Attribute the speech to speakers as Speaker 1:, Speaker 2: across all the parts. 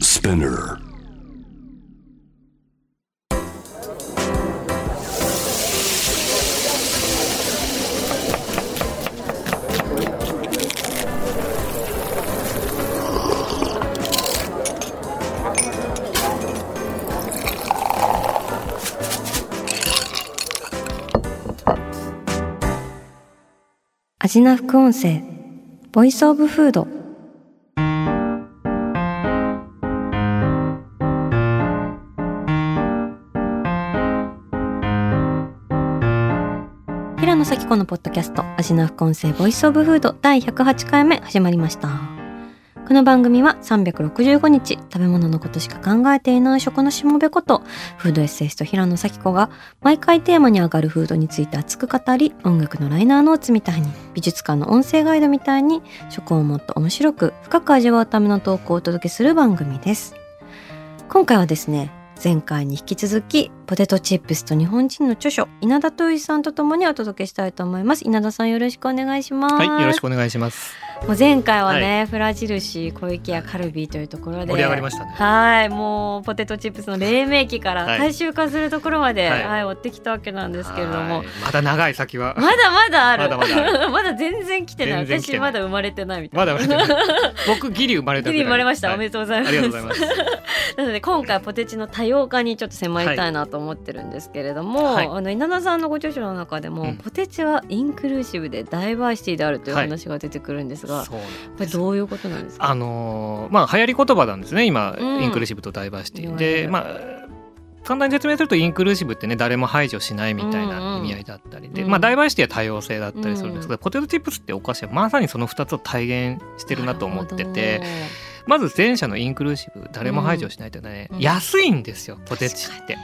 Speaker 1: Spinner.
Speaker 2: アジナ副音声ボイスオブフード平野咲子のポッドキャストアジナ副音声ボイスオブフード第108回目始まりましたこの番組は365日食べ物のことしか考えていない食のしもべことフードエッセイスト平野咲子が毎回テーマに上がるフードについて熱く語り音楽のライナーノーツみたいに美術館の音声ガイドみたいに食をもっと面白く深く味わうための投稿をお届けする番組です今回はですね前回に引き続きポテトチップスと日本人の著書稲田豊一さんとともにお届けしたいと思います稲田さんよろしくお願いします
Speaker 3: はい、よろしくお願いします。
Speaker 2: もう前回はね、フラ印小池やカルビーというところで
Speaker 3: 盛り上がりましたね。
Speaker 2: はいもうポテトチップスの黎明期から
Speaker 3: はい
Speaker 2: 大衆化するところまで、は
Speaker 3: はいい
Speaker 2: 追ってきたわけなんですけれど
Speaker 3: は
Speaker 2: も
Speaker 3: い。まだ長い先は。
Speaker 2: まだまだある
Speaker 3: まだま だ
Speaker 2: まだ全然来てない
Speaker 3: 全然来てな
Speaker 2: 私ま
Speaker 3: い
Speaker 2: だ生まれてないみたい
Speaker 3: ま
Speaker 2: な
Speaker 3: だまだ。 僕ギリ生まれた
Speaker 2: ギリ
Speaker 3: ぐらい。
Speaker 2: 生まれました、
Speaker 3: はい
Speaker 2: おめでとうございます
Speaker 3: ありがと うございます。
Speaker 2: なので今回はポテチの多様化にちょっと迫りたいなと思ってるんですけれども、
Speaker 3: はい
Speaker 2: あの稲田さんのご著書の中でも、
Speaker 3: うん
Speaker 2: ポテチはインクルーシブでダイバーシティであるという話が出てくるんですが、
Speaker 3: そう。
Speaker 2: これどういうことなんですか
Speaker 3: あのーまあ流行り言葉なんですね。今、
Speaker 2: うん
Speaker 3: インクルーシブとダイバーシテ
Speaker 2: 言
Speaker 3: ィ
Speaker 2: われ
Speaker 3: で、
Speaker 2: る
Speaker 3: まあ。簡単に説明するとインクルーシブってね誰も排除しないみたいな意味合いだったりで、
Speaker 2: うんうん
Speaker 3: まあ、ダイバーシティは多様性だったりするんですけど、
Speaker 2: う
Speaker 3: ポテトチップスってお菓子はまさにその2つを体現してるなと思ってて
Speaker 2: なる
Speaker 3: まず前者のインクルーシブ誰も排除しないというのはね、
Speaker 2: うん
Speaker 3: 安いんですよポテチって。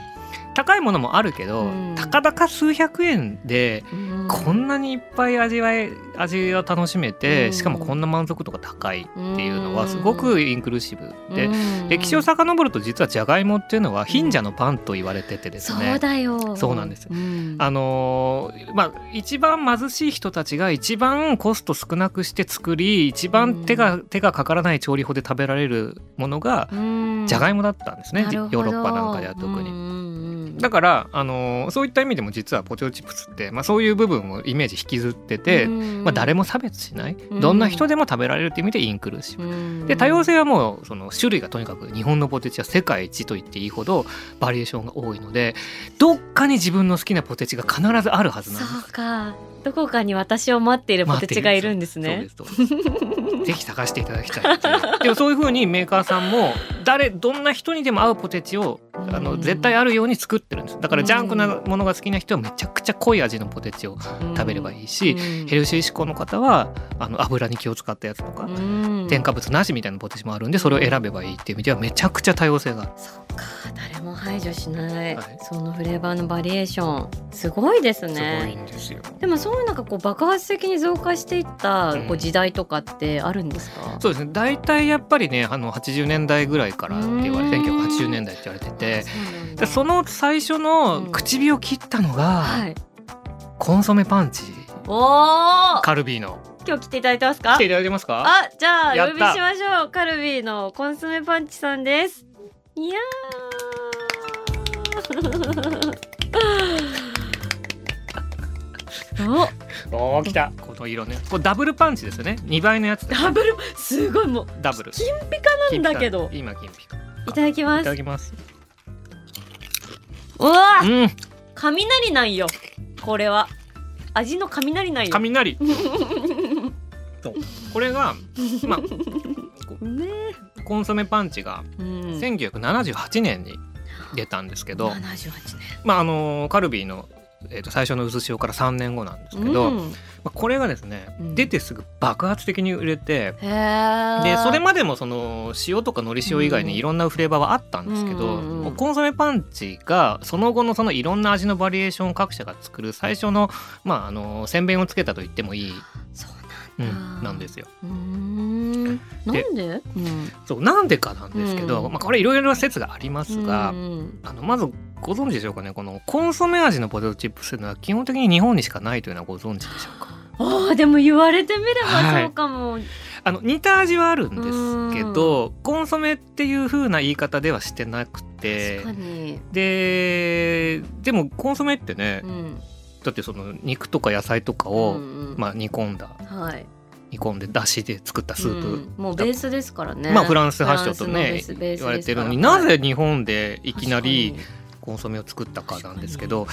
Speaker 3: 高いものもあるけ
Speaker 2: う
Speaker 3: ど、
Speaker 2: ん
Speaker 3: たかだか数百円で
Speaker 2: ほどうん
Speaker 3: こんなにいっぱい味わい味が楽しめて、
Speaker 2: うん
Speaker 3: しかもこんな満足度が高いっていうの
Speaker 2: う
Speaker 3: は
Speaker 2: ん
Speaker 3: すごくインクルーシブで、
Speaker 2: うん
Speaker 3: 歴史を遡ると実はじゃがいもっていうのは貧者のパンと言われててですね、
Speaker 2: そうだよ
Speaker 3: そうなんですよ
Speaker 2: ん
Speaker 3: あのーまあ一番貧しい人たちが一番コスト少なくして作り一番手が、手がかからない調理法で食べられるものがじゃが
Speaker 2: い
Speaker 3: いもだったんですね、ヨーロッパなんかでは特に。
Speaker 2: に
Speaker 3: だから、あのーそういった意味でも実はポテトチップスって、まあ、そういう部分をイメージ引きずってて、まあ、誰も差別しない、
Speaker 2: うん
Speaker 3: どんな人でも食べられるっていう意味でインクルーシブ。で多様性はもうその種類がとにかく日本のポテチは世界一と言っていいほどバリエーションが多いのでどっかに自分の好きなポテチが必ずあるはずなんです。
Speaker 2: そうかどこかに私を待っているポテチがいるんですね
Speaker 3: そうですそうですぜひ探していただきたいっていうでもそういうふうにメーカーさんも誰どんな人にでも合うポテチをあ
Speaker 2: う
Speaker 3: の
Speaker 2: ん
Speaker 3: 絶対あるように作ってるんですだからジャンク
Speaker 2: う
Speaker 3: なものが好きな人はめちゃくちゃ濃い味のポテチを食べれば
Speaker 2: い
Speaker 3: いいし、ヘルシー志向の方はあの油に気を使ったやつとか、添加物なしみたいなポテチもあるんでそれを選べばいいっていう意味ではめちゃくちゃ多様性がある。
Speaker 2: そっか誰も排除しない、
Speaker 3: はい
Speaker 2: そのフレーバーのバリエーションすごいですね
Speaker 3: んですよ
Speaker 2: でもそういうなんかこう爆発的に増加していった
Speaker 3: うん
Speaker 2: こう時代とかってあるんですか、
Speaker 3: そうですね大体やっぱりねあの80年代ぐらいからって言われ
Speaker 2: うん
Speaker 3: て1980年代って言われてて
Speaker 2: そうなんだ
Speaker 3: でその最初
Speaker 2: う
Speaker 3: の
Speaker 2: ん
Speaker 3: 口を切ったのが、
Speaker 2: はい
Speaker 3: コンソメパンチ
Speaker 2: おお
Speaker 3: カルビーの
Speaker 2: 今日来ていただいてますか
Speaker 3: 来ていただけますか
Speaker 2: あ、じゃあ
Speaker 3: や
Speaker 2: お
Speaker 3: っ
Speaker 2: 呼
Speaker 3: た
Speaker 2: びしましょう。カルビーのコンソメパンチさんです。いやー。 お、
Speaker 3: おー来たこの色ねこれダブルパンチですよね2倍のやつだよ
Speaker 2: ダブルすごいもう
Speaker 3: ダブル
Speaker 2: 金ピカなんだけど。
Speaker 3: 金ピカ今金ピカ
Speaker 2: いただきま
Speaker 3: い
Speaker 2: す
Speaker 3: ただ。きます
Speaker 2: うわ
Speaker 3: う
Speaker 2: ー、
Speaker 3: ん
Speaker 2: 雷なんよ。これは味の雷なんよ。
Speaker 3: 雷そうこれがまあ
Speaker 2: ね。
Speaker 3: コンソメパンチが
Speaker 2: うん。
Speaker 3: 1978年に出たんですけど、
Speaker 2: 七十八年。
Speaker 3: まああのーカルビーの、えー、と最初の薄潮から3年後なんですけど、ま
Speaker 2: うん
Speaker 3: あ、これがですね、
Speaker 2: うん
Speaker 3: 出てすぐ爆発的に売れて
Speaker 2: へー
Speaker 3: でそれまでもその塩とかのり塩以外
Speaker 2: うん
Speaker 3: にいろんなフレーバーはあったんですけど、
Speaker 2: うんうんうん
Speaker 3: もうコンソメパンチがその後のそのいろんな味のバリエーションを各社が作る最初のまああのー宣伝をつけたと言ってもいい、
Speaker 2: そう
Speaker 3: う
Speaker 2: なんだ。
Speaker 3: ん、なんですよ。
Speaker 2: うーん。なんで？うん。
Speaker 3: そうなんでかなんですけど、
Speaker 2: うん
Speaker 3: まあ、これいろいろ説がありますが、
Speaker 2: うん
Speaker 3: あのまずご存知でしょうかねこのコンソメ味のポテトチップスというのは基本的に日本にしかないというのはご存知でしょうか
Speaker 2: ああでも言われてみれば
Speaker 3: はい
Speaker 2: そうかも。
Speaker 3: あの似た味はあるんですけどコンソメっていう風な言い方ではしてなくて
Speaker 2: 確かに、
Speaker 3: ででもコンソメってね、
Speaker 2: うん
Speaker 3: だってその肉とか野菜とか
Speaker 2: う
Speaker 3: を、
Speaker 2: んうん
Speaker 3: まあ、煮込んだ
Speaker 2: はい、
Speaker 3: 煮込んで出汁で作ったスープ、
Speaker 2: うんもうベースですからね
Speaker 3: まあフランス発祥とね
Speaker 2: フランスのベース
Speaker 3: 言われてるのに
Speaker 2: ベースですから
Speaker 3: なぜ日本でいきなり
Speaker 2: 確かに
Speaker 3: コンソメを作ったかなんですけど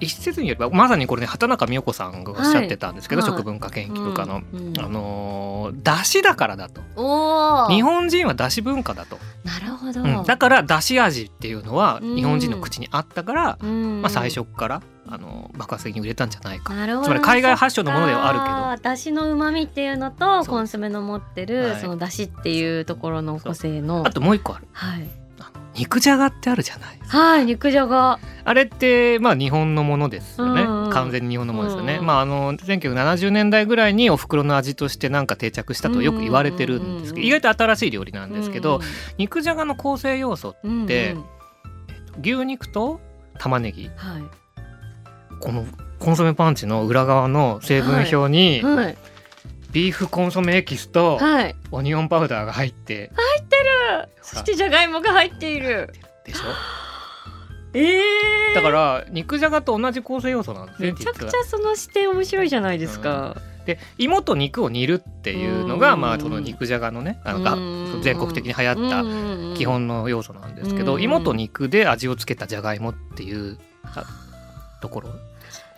Speaker 3: 一説によればまさにこれね畑中美代子さんがおっしゃってたんですけど、
Speaker 2: はい
Speaker 3: 食文化研究家の。
Speaker 2: うんうん
Speaker 3: あのー出汁だからだと
Speaker 2: おー
Speaker 3: 日本人は出汁文化だと、
Speaker 2: なるほど、
Speaker 3: うんだから出汁味っていうのは
Speaker 2: うん
Speaker 3: 日本人の口にあったから、
Speaker 2: うん
Speaker 3: まあ、最初からあの爆発的に売れたんじゃないか
Speaker 2: なるほど
Speaker 3: つまり海外発祥のものではあるけど
Speaker 2: けどだしのうまみっていうのと
Speaker 3: そう
Speaker 2: コンソメの持って
Speaker 3: は
Speaker 2: る
Speaker 3: い
Speaker 2: そのだしっていうところの個性の
Speaker 3: あともう一個ある
Speaker 2: はい、
Speaker 3: 肉じゃがってあるじゃない
Speaker 2: はい、肉じゃが
Speaker 3: あれってまあ日本のものですよね、
Speaker 2: うんうん
Speaker 3: 完全に日本のものですよね、
Speaker 2: うんうん
Speaker 3: まああの1970年代ぐらいにお袋の味としてなんか定着したとよく言われてるんです
Speaker 2: うん
Speaker 3: けど、
Speaker 2: うんうん
Speaker 3: 意外と新しい料理なんですけど、
Speaker 2: うん
Speaker 3: 肉じゃがの構成要素
Speaker 2: うんうん
Speaker 3: で
Speaker 2: うんうん
Speaker 3: 牛肉と玉ねぎ
Speaker 2: はい
Speaker 3: このコンソメパンチの裏側の成分表に
Speaker 2: はい
Speaker 3: ビーフコンソメエキスと
Speaker 2: はい
Speaker 3: オニオンパウダーが入って
Speaker 2: そしてじゃがいもが入っている
Speaker 3: でしょ
Speaker 2: ええー、
Speaker 3: だから肉じゃがと同じ構成要素なんですね
Speaker 2: めちゃくち
Speaker 3: 実は
Speaker 2: ゃその視点面白いじゃないですか、
Speaker 3: で芋と肉を煮るっていうのが
Speaker 2: うん
Speaker 3: まあその肉じゃがのねあのが
Speaker 2: うん
Speaker 3: 全国的に流行った
Speaker 2: た
Speaker 3: 基本の要素なんですけ
Speaker 2: う
Speaker 3: ど
Speaker 2: ん
Speaker 3: 芋と肉で味をつけたじゃがいもっていうあところ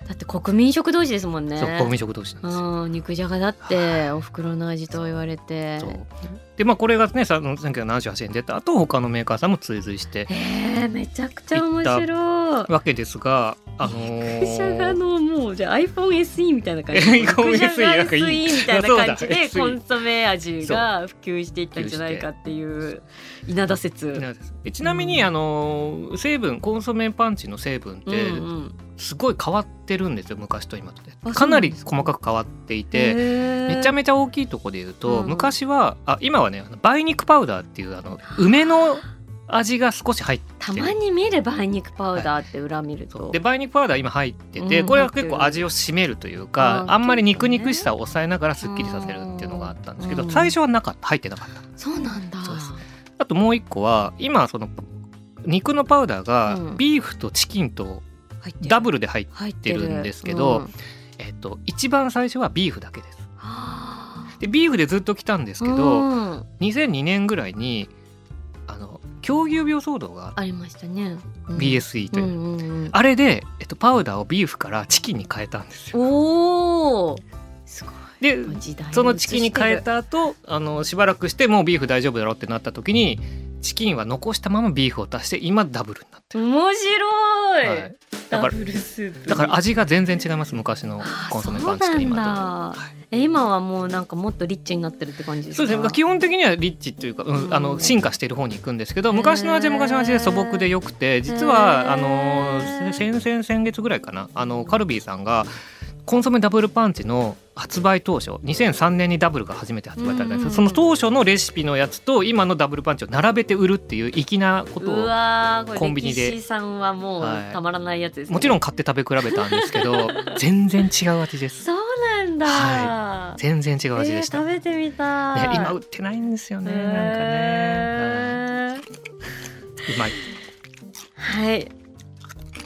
Speaker 2: だって国民食同士ですもんね
Speaker 3: そう国民食同士なんですよ。
Speaker 2: うん肉じゃがだってお袋の味と言われて
Speaker 3: そうでまあこれがねさ1978年に出た後他のメーカーさんも追随して
Speaker 2: えー、めちゃくちゃ面白い
Speaker 3: わけですがあのー
Speaker 2: 肉じゃがのもうじゃあ iPhone SE みたいな感じ
Speaker 3: iPhone
Speaker 2: 肉じゃが
Speaker 3: SE なんかいい
Speaker 2: SE みたいな感じで
Speaker 3: そう
Speaker 2: コ
Speaker 3: だ SE
Speaker 2: ンソメ味が普及していったんじゃないかっていう稲田説
Speaker 3: なんですでちなみに、あのー成分コンソメパンチの成分っ
Speaker 2: うん
Speaker 3: て
Speaker 2: うん
Speaker 3: すごい変わってるんですよ昔と今とで
Speaker 2: そうなんですか
Speaker 3: かなり細かく変わっていて、めちゃ
Speaker 2: めち
Speaker 3: めちゃ大きいとこで言うと、
Speaker 2: うん
Speaker 3: 昔はあ今はねあの梅肉パウダーっていうあの梅の味が少し入って
Speaker 2: たまに見る梅肉パウダーって裏見ると、
Speaker 3: で梅肉パウダー今入ってて、
Speaker 2: うん
Speaker 3: これは結構味を締めるというか、
Speaker 2: うん
Speaker 3: あんまり肉肉しさを抑えながらすっきりさせるっていうのがあったんですけど、
Speaker 2: うん
Speaker 3: 最初はなかった入ってなかった。
Speaker 2: そうなんだ
Speaker 3: そうですあともう一個は今その肉のパウダー
Speaker 2: う
Speaker 3: が
Speaker 2: ん
Speaker 3: ビーフとチキンと
Speaker 2: 入ってる
Speaker 3: ダブルで入って、
Speaker 2: 入って
Speaker 3: るんですけど
Speaker 2: うんは
Speaker 3: えっと、一番最初はビーフだけです。
Speaker 2: あ
Speaker 3: でビーフでずっと来たんですけど、
Speaker 2: うん
Speaker 3: 2002年ぐらいにあの狂牛病騒動があっ
Speaker 2: ありましたね、う
Speaker 3: て
Speaker 2: ん
Speaker 3: BSE という、
Speaker 2: うんうんうん
Speaker 3: あれで、えっと、パウダーをビーフからチキンに変えたんですよ。
Speaker 2: おおすごい
Speaker 3: で
Speaker 2: 時代
Speaker 3: そのチキンに変え
Speaker 2: た
Speaker 3: た後あのしばらくしてもうビーフ大丈夫だろうってなった時にチキンは残したままビーフを足して今ダブルになってる、
Speaker 2: 面白い、
Speaker 3: はいだから
Speaker 2: ダブルスープ
Speaker 3: だから味が全然違います昔の
Speaker 2: あー
Speaker 3: コンソメパンチと今
Speaker 2: そ
Speaker 3: と。
Speaker 2: うなんだ
Speaker 3: はい
Speaker 2: え今はもうなんかもっとリッチになってるって感じです
Speaker 3: そう
Speaker 2: か
Speaker 3: ですね基本的にはリッチというか、うん
Speaker 2: うん
Speaker 3: あの進化している方に行くんですけど昔の味は昔の味で素朴でよくて実はあの
Speaker 2: へー
Speaker 3: 先々先月ぐらいかなあのカルビーさんがコンソメダブルパンチの発売当初2003年にダブルが初めて発売されたんですけ
Speaker 2: うん
Speaker 3: どその当初のレシピのやつと今のダブルパンチを並べて売るっていう粋なこと
Speaker 2: う
Speaker 3: を
Speaker 2: わーこれ
Speaker 3: コンビニで
Speaker 2: 歴史さんはもう
Speaker 3: はい
Speaker 2: たまらないやつです、ね
Speaker 3: もちろん買って食べ比べたんですけ ど全然違う味です
Speaker 2: そうなんだ、
Speaker 3: は全然違う味
Speaker 2: え
Speaker 3: で
Speaker 2: ー
Speaker 3: した、
Speaker 2: 食べてみた
Speaker 3: ね
Speaker 2: い、
Speaker 3: 今売ってないんですよねなんかね、
Speaker 2: へー
Speaker 3: はい、うまい
Speaker 2: はい。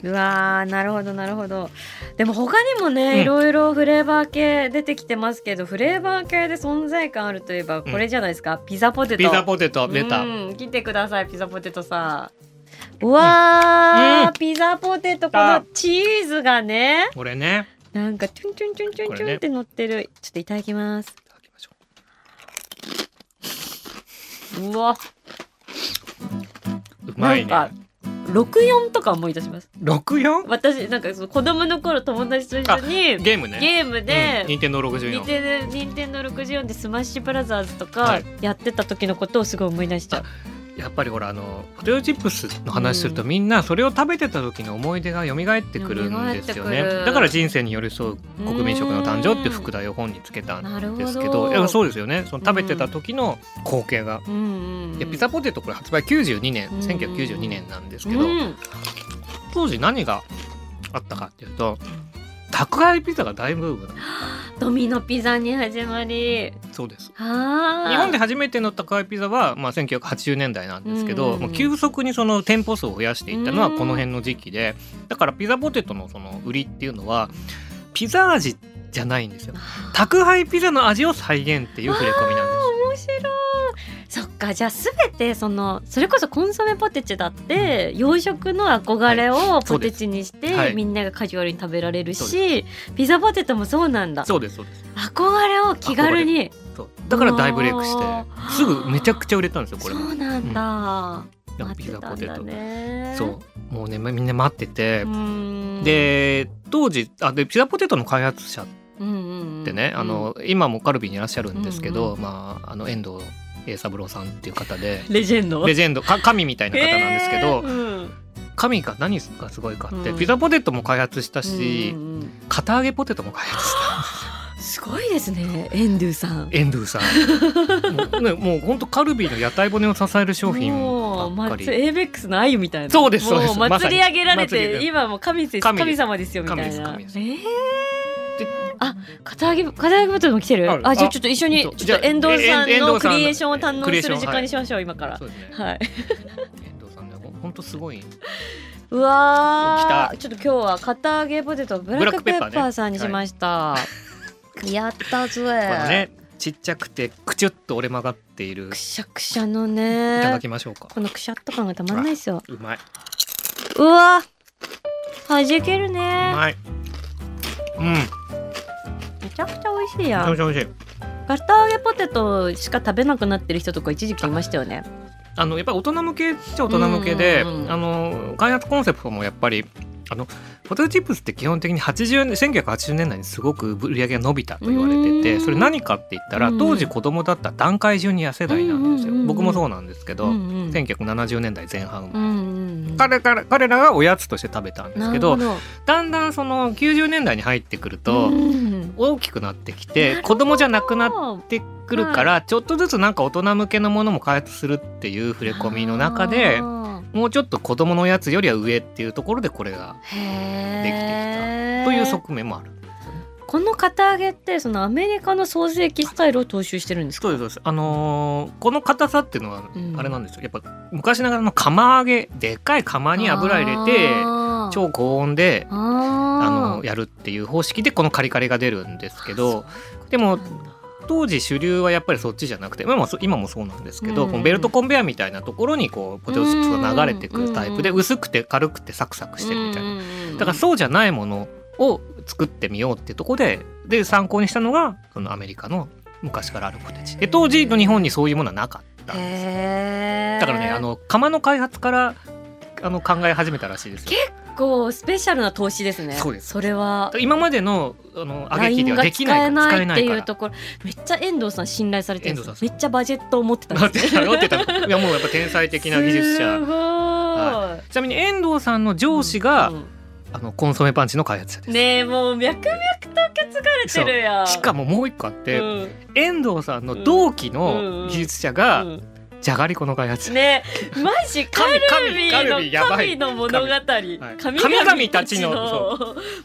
Speaker 2: うわーなるほどなるほどでも他にもね、
Speaker 3: うん
Speaker 2: いろいろフレーバー系出てきてますけどフレーバー系で存在感あるといえばこれじゃないですか、ピザポテト
Speaker 3: ピザポテト出た、
Speaker 2: うん来てくださいピザポテトさんうわー、
Speaker 3: うん
Speaker 2: ピザポテトこのチーズがね
Speaker 3: これね
Speaker 2: なんかチュンチュンチュンチュンチ
Speaker 3: これ
Speaker 2: ュン
Speaker 3: ね
Speaker 2: って乗ってる、ちょっといただきます
Speaker 3: いただきましょう
Speaker 2: うわ
Speaker 3: うまいね
Speaker 2: なんか64とか思い出します
Speaker 3: 六四
Speaker 2: 私なんかその子供の頃友達と一緒に
Speaker 3: ゲームね
Speaker 2: ゲームで、
Speaker 3: うん、任天堂六十
Speaker 2: 任
Speaker 3: 四
Speaker 2: 天任天堂64でスマッシュブラザーズと
Speaker 3: は
Speaker 2: か
Speaker 3: い
Speaker 2: やってた時のことをすごい思い出しちゃう。
Speaker 3: やっぱりほらあのポテトチップスの話すると、
Speaker 2: う
Speaker 3: みんなそれを食べてた時の思い出が蘇ってくるんです
Speaker 2: 蘇っ
Speaker 3: よ
Speaker 2: てく
Speaker 3: ね
Speaker 2: る
Speaker 3: だから人生に寄り添う国民食の誕生っていう副題を本につけたん
Speaker 2: なるほど。
Speaker 3: ですけどいやそうですよねその食べてた時の光景が、
Speaker 2: うんうんうん。
Speaker 3: いやピザポテトこれ発売92年、
Speaker 2: うん
Speaker 3: 1992年なんですけど、
Speaker 2: うん
Speaker 3: 当時何があったかっていうと宅配ピザが大ブームなんです
Speaker 2: ドミノピザに始まり
Speaker 3: そうです
Speaker 2: あー
Speaker 3: 日本で初めての高いピザは、まあ、1980年代なんですけど、
Speaker 2: うん
Speaker 3: まあ急速にその店舗数を増やしていったのはこの辺の時期でだからピザポテトのその売りっていうのはピザ味じゃないんですよ
Speaker 2: あー
Speaker 3: 宅配ピザの味を再現っていう触れ込みなんです
Speaker 2: 面白いそっかじゃあ全てそのそれこそコンソメポテチだって洋食の憧れをポテチにし
Speaker 3: そうで
Speaker 2: て
Speaker 3: す
Speaker 2: みんながカジュアルに食べられる
Speaker 3: そ
Speaker 2: しピザポテトもそうなんだ
Speaker 3: そうですそうです
Speaker 2: 憧れを気軽に
Speaker 3: そうだから大ブレイクして
Speaker 2: あー
Speaker 3: すぐめちゃくちゃ売れたんですよこ
Speaker 2: そ
Speaker 3: れも
Speaker 2: うなんだ
Speaker 3: だから
Speaker 2: 待
Speaker 3: ピ
Speaker 2: って
Speaker 3: ザ
Speaker 2: た
Speaker 3: ポ
Speaker 2: ん
Speaker 3: テ
Speaker 2: だ
Speaker 3: ト、
Speaker 2: ね
Speaker 3: そうもうねみんな待ってて
Speaker 2: う、ん
Speaker 3: で当時あでピザポテトの開発者
Speaker 2: うん
Speaker 3: ってね、
Speaker 2: うん
Speaker 3: あの今もカルビーにいらっしゃるんですけ
Speaker 2: うん
Speaker 3: ど、
Speaker 2: う
Speaker 3: まああの遠藤栄三郎さんっていう方 で
Speaker 2: レジェンド
Speaker 3: レジェンドか神みたいな方なんですけど、
Speaker 2: えーうん
Speaker 3: 神が何がすごいかって、
Speaker 2: うん
Speaker 3: ピザポテトも開発したし、
Speaker 2: うんうんうん
Speaker 3: 片揚げポテトも開発し た
Speaker 2: すごいですねエンドゥさん
Speaker 3: 遠藤さんもう,、ね、もう本当カルビーの屋台骨を支える商品ばっか
Speaker 2: もうま
Speaker 3: り。
Speaker 2: エイベックスの鮎みたいな
Speaker 3: そうですそうです
Speaker 2: もう
Speaker 3: まさ
Speaker 2: 祭
Speaker 3: に
Speaker 2: り上げられ
Speaker 3: 祭り
Speaker 2: て
Speaker 3: 上げ
Speaker 2: 今もう神です
Speaker 3: 神です
Speaker 2: 神様ですよみたいな
Speaker 3: 神です
Speaker 2: えー
Speaker 3: で
Speaker 2: あ、片揚げ片揚げボトルも来てる。
Speaker 3: ある
Speaker 2: あ、じゃあ
Speaker 3: あ
Speaker 2: ちょっと一緒に
Speaker 3: そう
Speaker 2: ちょっと遠藤さん
Speaker 3: じゃあえ遠
Speaker 2: のク
Speaker 3: 藤さんの
Speaker 2: リエーションを堪能
Speaker 3: クリエー
Speaker 2: す
Speaker 3: シ
Speaker 2: る
Speaker 3: ョン
Speaker 2: 時間にしましょう今から
Speaker 3: そ。うですね
Speaker 2: はい。
Speaker 3: 遠藤さんねほんほんとすごいう
Speaker 2: わー
Speaker 3: 来
Speaker 2: ちょっと今日は片揚げポテトをブラックペッパーさんにしました、やったぜ、
Speaker 3: このねちっちゃくてくちゅっと折れ曲がっている
Speaker 2: くしゃくしゃの
Speaker 3: いただ
Speaker 2: ね
Speaker 3: きましょうか
Speaker 2: このくしゃっと感がたまんないですよ
Speaker 3: うまいう
Speaker 2: わはじけるね
Speaker 3: うまいうんめ
Speaker 2: めちゃくちゃ美味しい
Speaker 3: ちゃ
Speaker 2: や
Speaker 3: め
Speaker 2: ん
Speaker 3: ちゃ美味しい
Speaker 2: 片揚げポテトしか食べなくなってる人とか一時期いましたよね
Speaker 3: あのやっぱり大人向けっちゃ大人向けで、
Speaker 2: うんうんうん
Speaker 3: あの開発コンセプトもやっぱりあのポテトチップスって基本的に80年1980年代にすごく売り上げが伸びたと言われて
Speaker 2: う
Speaker 3: て
Speaker 2: ん
Speaker 3: それ何かって言ったら
Speaker 2: うん
Speaker 3: 当時子供だった団塊ジュニア世代なんですよ、
Speaker 2: うんうんうんうん
Speaker 3: 僕もそうなんですけど、
Speaker 2: うんうん
Speaker 3: 1970年代前
Speaker 2: う
Speaker 3: 半、
Speaker 2: んうんうん
Speaker 3: 彼から彼らがおやつとして食べたんですけど
Speaker 2: なるほ
Speaker 3: だんだんその90年代に入ってくる
Speaker 2: ど
Speaker 3: と、
Speaker 2: うん
Speaker 3: 大きくなってき
Speaker 2: なる
Speaker 3: て
Speaker 2: ほど
Speaker 3: 子供じゃなくなってってくるから、ちょっとずつなんか大人向けのものも開発するっていう触れ込みの中で
Speaker 2: あー
Speaker 3: もうちょっと子供のやつよりは上っていうところでこれが
Speaker 2: へー
Speaker 3: という側面もある。
Speaker 2: この片揚げってそのアメリカのソーセーキスタイルを踏襲してるんですか
Speaker 3: そうですそうです。あのーこの硬さっていうのは
Speaker 2: うん
Speaker 3: あれなんですよ。やっぱ昔ながらの釜揚げでっかい釜に油入れて
Speaker 2: あー
Speaker 3: 超高温で
Speaker 2: あ
Speaker 3: あ
Speaker 2: ー
Speaker 3: のやるっていう方式でこのカリカリが出るんですけど
Speaker 2: そう
Speaker 3: で
Speaker 2: な
Speaker 3: も
Speaker 2: んだ
Speaker 3: 当時主流はやっぱりそっちじゃなくて、まあまあ、そ今もそうなんですけど、
Speaker 2: うん
Speaker 3: このベルトコンベアみたいなところにこうポテトチップスが流れてくるタイプで、
Speaker 2: うん
Speaker 3: 薄くて軽くてサクサクしてるみたいな、
Speaker 2: うんうんうん
Speaker 3: だからそうじゃないものを作ってみようってとこでで参考にしたのがそのアメリカの昔からあるポテチで当時の日本にそういうものはなかったんです
Speaker 2: へー
Speaker 3: だからねあの釜の開発からあの考え始めたらしいですよ
Speaker 2: 結構スペシャルな投資ですね
Speaker 3: そうです
Speaker 2: れは
Speaker 3: 今までのあの揚げ機で
Speaker 2: LINE
Speaker 3: は
Speaker 2: が
Speaker 3: できないから
Speaker 2: 使
Speaker 3: 使
Speaker 2: えな
Speaker 3: えな
Speaker 2: っ
Speaker 3: いい
Speaker 2: て
Speaker 3: か
Speaker 2: いう
Speaker 3: ら
Speaker 2: ところめっちゃ遠藤さん信頼されてるんです
Speaker 3: 遠藤さん
Speaker 2: めっちゃバジェットを持ってたん
Speaker 3: な
Speaker 2: で
Speaker 3: っ
Speaker 2: す
Speaker 3: て
Speaker 2: ね
Speaker 3: なってたいやもうやっぱ天才的な技術者
Speaker 2: すごい、
Speaker 3: はちなみに遠藤さんの上司が、
Speaker 2: うん
Speaker 3: あのコンソメパンチの開発者です。
Speaker 2: ねえもう脈々と受け継がれてるやん
Speaker 3: しかももう一個あって、
Speaker 2: うん
Speaker 3: 遠藤さんの同期の技術者が、
Speaker 2: うん
Speaker 3: じゃがりこの開発者、
Speaker 2: ねマ ジカルビ
Speaker 3: 神神神
Speaker 2: ー
Speaker 3: や
Speaker 2: の
Speaker 3: ばい
Speaker 2: 神の物語神
Speaker 3: は
Speaker 2: 々
Speaker 3: い
Speaker 2: たち
Speaker 3: 神々
Speaker 2: の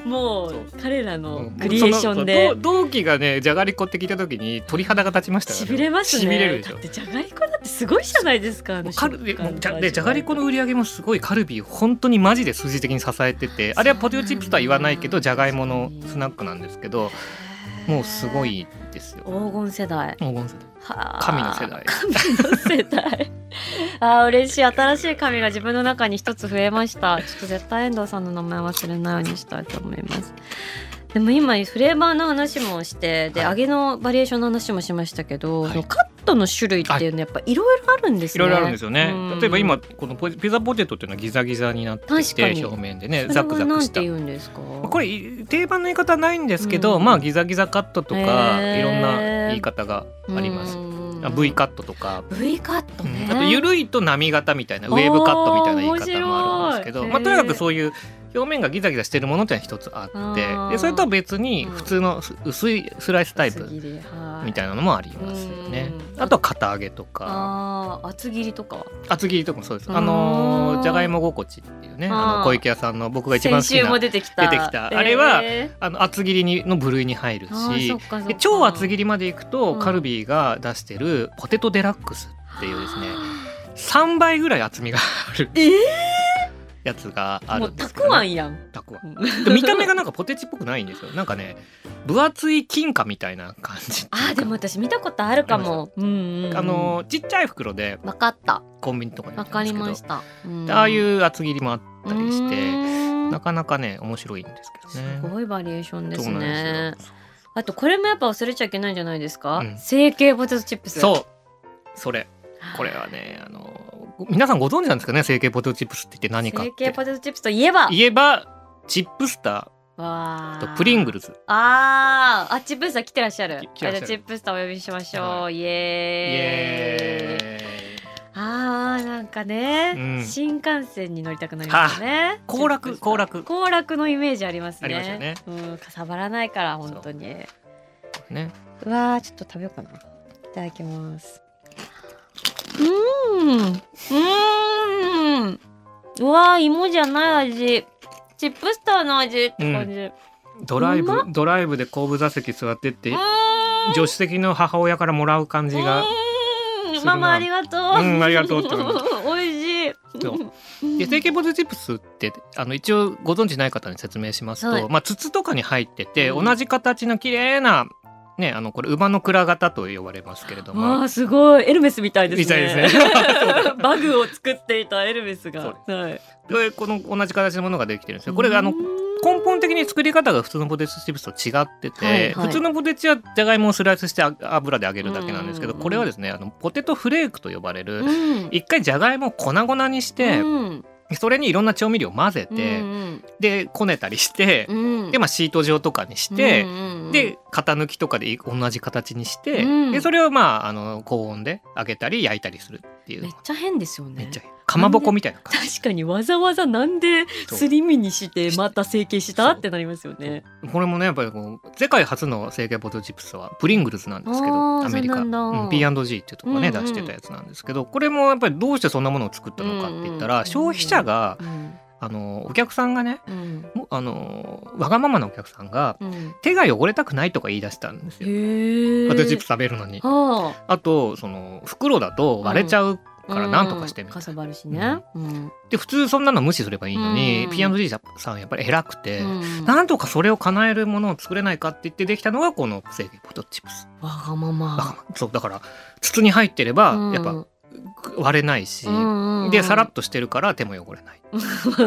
Speaker 2: もう
Speaker 3: そう
Speaker 2: 彼ら
Speaker 3: う
Speaker 2: の
Speaker 3: ん
Speaker 2: クリエーション
Speaker 3: そ
Speaker 2: で
Speaker 3: うそう同同期がねじゃがりこって聞いた時に鳥肌が立ちましたよ
Speaker 2: しびれますね
Speaker 3: しびれるでし
Speaker 2: だ
Speaker 3: ょ
Speaker 2: ってじゃがりこだってすごいじゃないですかあ
Speaker 3: も
Speaker 2: の
Speaker 3: うカルビ
Speaker 2: 食感
Speaker 3: もうじゃ
Speaker 2: と
Speaker 3: でじゃがりこの売り上げもすごいカルビー本当にマジで数字的に支えててあれはポテトチップスとは言わないけどじゃがいものスナックなんですけどもうすごいですよ
Speaker 2: 黄金世代
Speaker 3: 黄金世代
Speaker 2: はあ
Speaker 3: 神の世代
Speaker 2: 神の世代あー嬉しい新しい神が自分の中に一つ増えましたちょっと絶対遠藤さんの名前忘れないようにしたいと思いますでも今フレーバーの話もしてで、
Speaker 3: はい
Speaker 2: 揚げのバリエーションの話もしましたけど、
Speaker 3: はい
Speaker 2: そのカットの種類っていうのやっぱいろいろあるんです
Speaker 3: い
Speaker 2: ね
Speaker 3: ろいろあるんですよね
Speaker 2: うん
Speaker 3: 例えば今このポジピザポテトっていうのはギザギザになってい
Speaker 2: 確かに
Speaker 3: て表面でね
Speaker 2: それ
Speaker 3: ザ
Speaker 2: は
Speaker 3: クザク
Speaker 2: な
Speaker 3: し
Speaker 2: ん
Speaker 3: た
Speaker 2: て言うんですか
Speaker 3: まあこれい定番の言い方はないんですけど、
Speaker 2: うん
Speaker 3: まあギザギザカットとか、
Speaker 2: へー
Speaker 3: いろんな言い方があります、あ V カットとか、
Speaker 2: ト V カット
Speaker 3: うん
Speaker 2: ね、
Speaker 3: あと緩いと波型みたいなウェーブカットみたいな言い方もあるんですけ
Speaker 2: おー
Speaker 3: ど、
Speaker 2: 面白い
Speaker 3: まあ、とにかくそういう表面がギザギザしてるものっていうのは一つあ
Speaker 2: あ
Speaker 3: っ
Speaker 2: ー
Speaker 3: てでそれとは別に
Speaker 2: うん
Speaker 3: 普通のす薄いスライスタイ
Speaker 2: 厚
Speaker 3: プ
Speaker 2: 切りはい
Speaker 3: みたいなのもありますよね
Speaker 2: うん
Speaker 3: あとは片揚げとか
Speaker 2: あー厚切りとかは
Speaker 3: 厚切りとかもそうです
Speaker 2: うん
Speaker 3: あのーじゃがいも心地っていうねあ
Speaker 2: あー
Speaker 3: の小池屋さんの僕が一番
Speaker 2: 先
Speaker 3: 好き
Speaker 2: 週も
Speaker 3: な
Speaker 2: 出てきた
Speaker 3: 出てきたあれは
Speaker 2: え
Speaker 3: あの厚切りにの部類に入る
Speaker 2: ーあー
Speaker 3: し
Speaker 2: そっかそっか
Speaker 3: で超厚切りまでいくと、
Speaker 2: うん
Speaker 3: カルビーが出してるポテトデラックスっていうですね
Speaker 2: は
Speaker 3: 3倍ぐらい厚みがある
Speaker 2: あえ
Speaker 3: やつが
Speaker 2: ー
Speaker 3: あ
Speaker 2: もう
Speaker 3: るんで
Speaker 2: た
Speaker 3: すけ
Speaker 2: く
Speaker 3: ど
Speaker 2: あ
Speaker 3: ね
Speaker 2: んやん
Speaker 3: たくあん
Speaker 2: うん
Speaker 3: で見た目がなんかポテチっぽくないんですよなんかね分厚い金貨みたいな感じっていうか
Speaker 2: あーでも私見たことあるかもうんうんうん
Speaker 3: あのちっちゃい袋で
Speaker 2: わかった
Speaker 3: コンビニとかに売
Speaker 2: わ
Speaker 3: ってる
Speaker 2: か
Speaker 3: んで
Speaker 2: り
Speaker 3: すけど
Speaker 2: ました
Speaker 3: でああいうう厚切りもあったりして
Speaker 2: て
Speaker 3: なかなかね面白いんですけどね
Speaker 2: すごいバリエーションです
Speaker 3: そうな
Speaker 2: ね
Speaker 3: んですよ
Speaker 2: あとこれもやっぱ忘れちゃいけないんじゃないですか、
Speaker 3: うん
Speaker 2: 成形ポテトチップス
Speaker 3: そうそれこれはねあのご皆さんご存知なんですかね成形ポテトチップスって言って何かっ
Speaker 2: 成
Speaker 3: て
Speaker 2: 形ポテトチップスといえば
Speaker 3: 言えばチップスタ
Speaker 2: わ
Speaker 3: ー
Speaker 2: ー
Speaker 3: とプリングルズ
Speaker 2: あーあチップスター来てらっしゃる
Speaker 3: き来てらっしゃる
Speaker 2: じゃあチップスターお呼びしましょう、
Speaker 3: は
Speaker 2: イ
Speaker 3: イ
Speaker 2: エーイ
Speaker 3: エーイ
Speaker 2: あーなんかね、
Speaker 3: うん
Speaker 2: 新幹線に乗りたくなりますね
Speaker 3: あ行楽
Speaker 2: チップスター
Speaker 3: 行楽
Speaker 2: 行楽のイメージありますね
Speaker 3: ありますよね
Speaker 2: うんかさばらないから本当に
Speaker 3: ね
Speaker 2: うわーちょっと食べようかないただきますうーんうーんうわー芋じゃない味チップスターの味って感じ、う
Speaker 3: ドライ
Speaker 2: う
Speaker 3: ブドライブで後部座席座ってって助手席の母親からもらう感じが
Speaker 2: うーん
Speaker 3: するな
Speaker 2: ママありがとう、
Speaker 3: うんありがとうって感
Speaker 2: 美味しい
Speaker 3: そう
Speaker 2: うん
Speaker 3: で成形ポテトチップスってあの一応ご存知ない方に説明しますと、
Speaker 2: はい
Speaker 3: まあ、筒とかに入ってて、
Speaker 2: うん
Speaker 3: 同じ形の綺麗なねあのこれ馬の蔵型と呼ばれますけれど
Speaker 2: わ
Speaker 3: も
Speaker 2: あすごいエルメスみたいですね
Speaker 3: みたいですね
Speaker 2: バグを作っていたエルメスがはい
Speaker 3: でこの同じ形のものができてるんですよこれがあの根本的に作り方が普通のポテトチップスと違ってて、
Speaker 2: はいはい
Speaker 3: 普通のポテチはじゃがいもをスライスしてあ油で揚げるだけなんですけど、
Speaker 2: うん
Speaker 3: これはですねあのポテトフレークと呼ばれる、
Speaker 2: うん
Speaker 3: 一回じゃがいもを粉々にして、
Speaker 2: うん
Speaker 3: それにいろんな調味料を混ぜて、
Speaker 2: うん
Speaker 3: でこねたりして
Speaker 2: う、ん
Speaker 3: でまあシート状とかにして、
Speaker 2: うんうんうん
Speaker 3: で型抜きとかでい同じ形にして、
Speaker 2: うん
Speaker 3: でそれをまああの高温で揚げたり焼いたりするっていう
Speaker 2: めっちゃ変ですよね
Speaker 3: めっちゃかまぼこみたいな感じ
Speaker 2: 確かにわざわざなんですり身にしてまた成形した
Speaker 3: そう
Speaker 2: ってなりますよね
Speaker 3: これもねやっぱりこう世界初の成形ポテトチップスはプリングルズなんですけ
Speaker 2: あ
Speaker 3: ど
Speaker 2: ー
Speaker 3: アメリカ、
Speaker 2: そうなんだ
Speaker 3: うん P&G っていうところね、
Speaker 2: うんうん
Speaker 3: 出してたやつなんですけどこれもやっぱりどうしてそんなものを作ったのかって言ったら、
Speaker 2: うんうん
Speaker 3: 消費者が
Speaker 2: うん
Speaker 3: あのお客さんがね
Speaker 2: うん
Speaker 3: もうあのわがままなお客さんが
Speaker 2: うん
Speaker 3: 手が汚れたくないとか言い出したんですよ。
Speaker 2: へえ
Speaker 3: ポテトチップス食べるのに
Speaker 2: はあ
Speaker 3: あとその袋だと割れちゃうからなんとかして
Speaker 2: う
Speaker 3: み
Speaker 2: んか
Speaker 3: たいな
Speaker 2: さばるしねうん
Speaker 3: で普通そんなの無視すればいいのに、
Speaker 2: うん
Speaker 3: P&G さんやっぱり偉くて、
Speaker 2: うん
Speaker 3: なんとかそれを叶えるものを作れないかって言ってできたのがこの成形ポテトチップス、
Speaker 2: わがまま
Speaker 3: そうだから筒に入ってればやっ
Speaker 2: うん
Speaker 3: ぱ割れないし、
Speaker 2: うんうん
Speaker 3: でさらっとしてるから手も汚れない、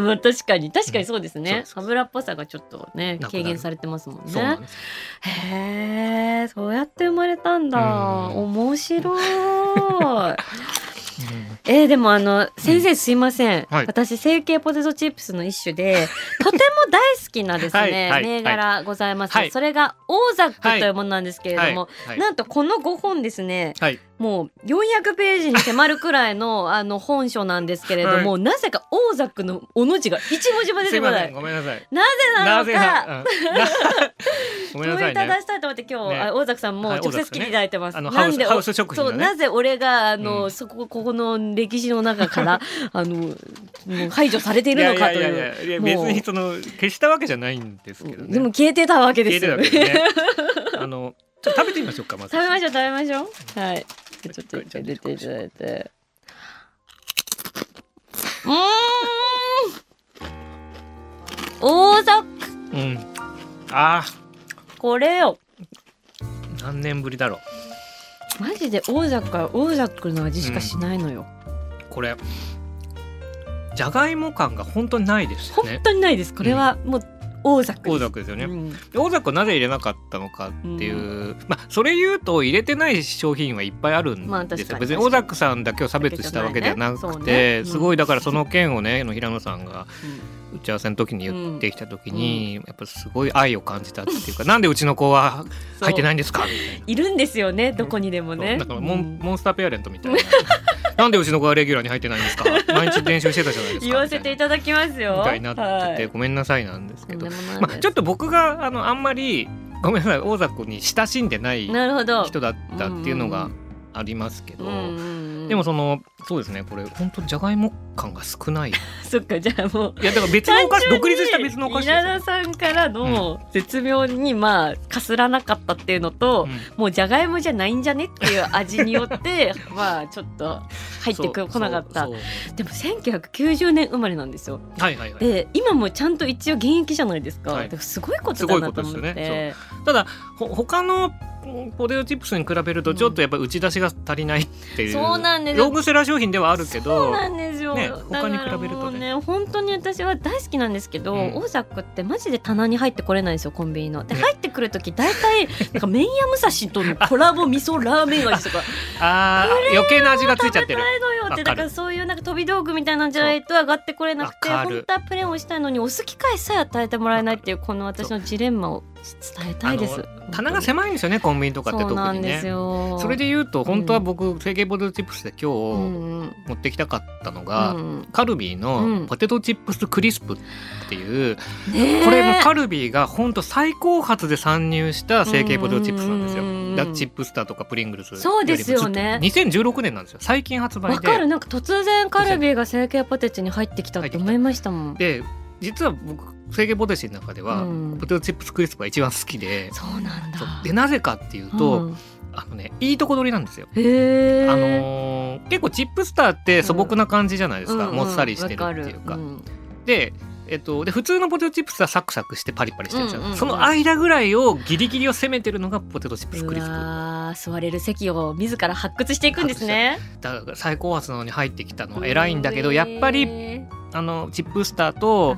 Speaker 2: まあ確かに確かにそうです
Speaker 3: そう
Speaker 2: ね
Speaker 3: で、す
Speaker 2: 油っぽさがちょっとね
Speaker 3: なくなる
Speaker 2: 軽減されてますもん
Speaker 3: そうな
Speaker 2: ね
Speaker 3: んですよ
Speaker 2: へえそうやって生まれたんだ
Speaker 3: うん
Speaker 2: 面白い えー、でもあの先生すいません、
Speaker 3: はい
Speaker 2: 私成形ポテトチップスの一種で とても大好きなですね、
Speaker 3: はいはい
Speaker 2: 銘柄ございます、
Speaker 3: はい
Speaker 2: それがオーザックというものなんですけれども、
Speaker 3: はいはい
Speaker 2: なんとこの5本ですね
Speaker 3: はい
Speaker 2: もう400ページに迫るくらいのあの本書なんですけれども、なぜかオーザックのおの字が一文字も出
Speaker 3: す
Speaker 2: て
Speaker 3: い
Speaker 2: こ
Speaker 3: ま
Speaker 2: な
Speaker 3: せ
Speaker 2: い
Speaker 3: んごめんなさい
Speaker 2: なぜなのか
Speaker 3: なぜな、うんごめん
Speaker 2: 問
Speaker 3: なさ
Speaker 2: い
Speaker 3: い
Speaker 2: ただ
Speaker 3: ね
Speaker 2: したいと思って今日、
Speaker 3: ね
Speaker 2: あ大崎さんも
Speaker 3: はい
Speaker 2: 直接
Speaker 3: 大崎さん
Speaker 2: 切
Speaker 3: ね
Speaker 2: りいただいてます、
Speaker 3: あのハ
Speaker 2: な
Speaker 3: ウ
Speaker 2: ん
Speaker 3: ス
Speaker 2: で
Speaker 3: ハウス食品
Speaker 2: そう
Speaker 3: のね
Speaker 2: なぜ俺があの、
Speaker 3: うん
Speaker 2: そこここの歴史の中から あのもう排除されているのかという
Speaker 3: ややいやいや
Speaker 2: もう
Speaker 3: 別にその消したわけじゃないんですけどね
Speaker 2: でも消えてたわけですよ
Speaker 3: 消えてたわけですねあのちょっと食べてみましょうかまず
Speaker 2: 食べましょう食べましょうはいちょっと一回出ていただいてうーん大崎
Speaker 3: うんあ
Speaker 2: これよ
Speaker 3: ー何年ぶりだろう
Speaker 2: マジで大崎から大崎の味しかしないのよ、
Speaker 3: これじゃがいも感が本当にないですよね
Speaker 2: 本当にないですこれはもう大崎です
Speaker 3: 大崎ですよね、
Speaker 2: うん
Speaker 3: 大崎をなぜ入れなかったのかっていう、まあそれ言うと入れてない商品はいっぱいあるんですよ、
Speaker 2: まあ確かに
Speaker 3: 別に大崎さんだけを差別したわけではな
Speaker 2: そう
Speaker 3: く
Speaker 2: ね
Speaker 3: て、
Speaker 2: うん
Speaker 3: すごいだからその件をねあの平野さんが打ち合わせの時に言ってきた時に、やっぱすごい愛を感じたっていうか、なんでうちの子は入ってないんですかみたいない
Speaker 2: るんですよねどこにでもね
Speaker 3: だからモン,、
Speaker 2: うん
Speaker 3: モンスターペアレントみたいな なんでうちの子がレギュラーに入ってないんですか毎日練習してたじゃないですか
Speaker 2: 言わせていただきますよ
Speaker 3: みたいなみたいになってて、
Speaker 2: はい
Speaker 3: ごめんなさいなんですけ
Speaker 2: とん
Speaker 3: ど
Speaker 2: でもないです
Speaker 3: まあ、ちょっと僕があのあんまりごめんなさい大雑魚に親しんでない
Speaker 2: なるほど
Speaker 3: 人だったっていうのがありますけど、で
Speaker 2: で
Speaker 3: もそのそうですねこれ本当じゃがいも感が少ないい
Speaker 2: そっかじゃあもう
Speaker 3: やだから別のお菓 子
Speaker 2: 単純に
Speaker 3: 独立した別のお菓子ですよ
Speaker 2: 稲田さんからの絶妙にまあかすらなかったっていうのと、
Speaker 3: うん
Speaker 2: もうじゃがいもじゃないんじゃねっていう味によって まあちょっと入って
Speaker 3: そう
Speaker 2: こ来なかった
Speaker 3: そうそう
Speaker 2: でも1990年生まれなんですよ
Speaker 3: はいはいはい
Speaker 2: で今もちゃんと一応現役じゃないですか、
Speaker 3: はい
Speaker 2: だからすごいことだなと思っ
Speaker 3: すごいこと
Speaker 2: て
Speaker 3: ですよただほ他のうんポテトチップスに比べるとちょっとやっぱり打ち出しが足りないっていう、
Speaker 2: そうなんですよ
Speaker 3: ロングセラー商品ではある
Speaker 2: そ
Speaker 3: け
Speaker 2: う
Speaker 3: ど
Speaker 2: なんですよ、
Speaker 3: ね
Speaker 2: だから
Speaker 3: 他に比べるとね
Speaker 2: もうね本当に私は大好きなんですけど、
Speaker 3: うん
Speaker 2: 大阪ってマジで棚に入ってこれないんですよコンビニので
Speaker 3: ね
Speaker 2: 入ってくる時大体なんか麺屋武蔵とのコラボ味噌ラーメン味とか
Speaker 3: あー余計な味がついちゃってる
Speaker 2: 食べたいのよって
Speaker 3: わか
Speaker 2: だ
Speaker 3: る
Speaker 2: からそういうなんか飛び道具みたいなんじゃないと上がってこれなくて
Speaker 3: わかる
Speaker 2: 本当はプレーンをしたいのにお好き会さえ与えてもらえないっていうこの私のジレンマを伝えたいです
Speaker 3: あの棚が狭いんですよねコンビニとかって
Speaker 2: そうな
Speaker 3: 特に
Speaker 2: んです
Speaker 3: ね
Speaker 2: よ
Speaker 3: それで言うと本当は僕成形ポテトチップスで今
Speaker 2: う
Speaker 3: 日
Speaker 2: んうん
Speaker 3: 持ってきたかったのが、
Speaker 2: うん
Speaker 3: カルビー
Speaker 2: うん
Speaker 3: のポテトチップスクリスプっていう、
Speaker 2: ねえ
Speaker 3: これもカルビーが本当最高発で参入した成形ポテトチップスなんですよ。
Speaker 2: うんうんうんうん
Speaker 3: ダッチップスターとかプリングルスよりも
Speaker 2: そうですよね
Speaker 3: ずっと2016年なんですよ最近発売
Speaker 2: わかる
Speaker 3: で
Speaker 2: なんか突然カルビーが成形ポテチに入ってきたって思いましたもん。
Speaker 3: で実は僕成形ポテチの中では、
Speaker 2: うん
Speaker 3: ポテトチップスクリスプが一番好きで
Speaker 2: そうなんだ
Speaker 3: そう。でなぜかっていうと、
Speaker 2: うん
Speaker 3: あのねいいとこ取りなんですよ。
Speaker 2: へー
Speaker 3: あのー結構チップスターって素朴な感じじゃないです
Speaker 2: う
Speaker 3: か、
Speaker 2: んうん
Speaker 3: もっさりしてるっていうか。
Speaker 2: わるん
Speaker 3: で,、えっと、で普通のポテトチップスはサクサクしてパリパリしてるじゃん、
Speaker 2: うんうんうん
Speaker 3: その間ぐらいをギリギリを攻めてるのがポテトチップスクリス
Speaker 2: う
Speaker 3: プ
Speaker 2: わー座れる席を自ら発掘していくんですね。
Speaker 3: だから最高発なのに入ってきたのは偉いんだけどやっぱりあのチップスターと、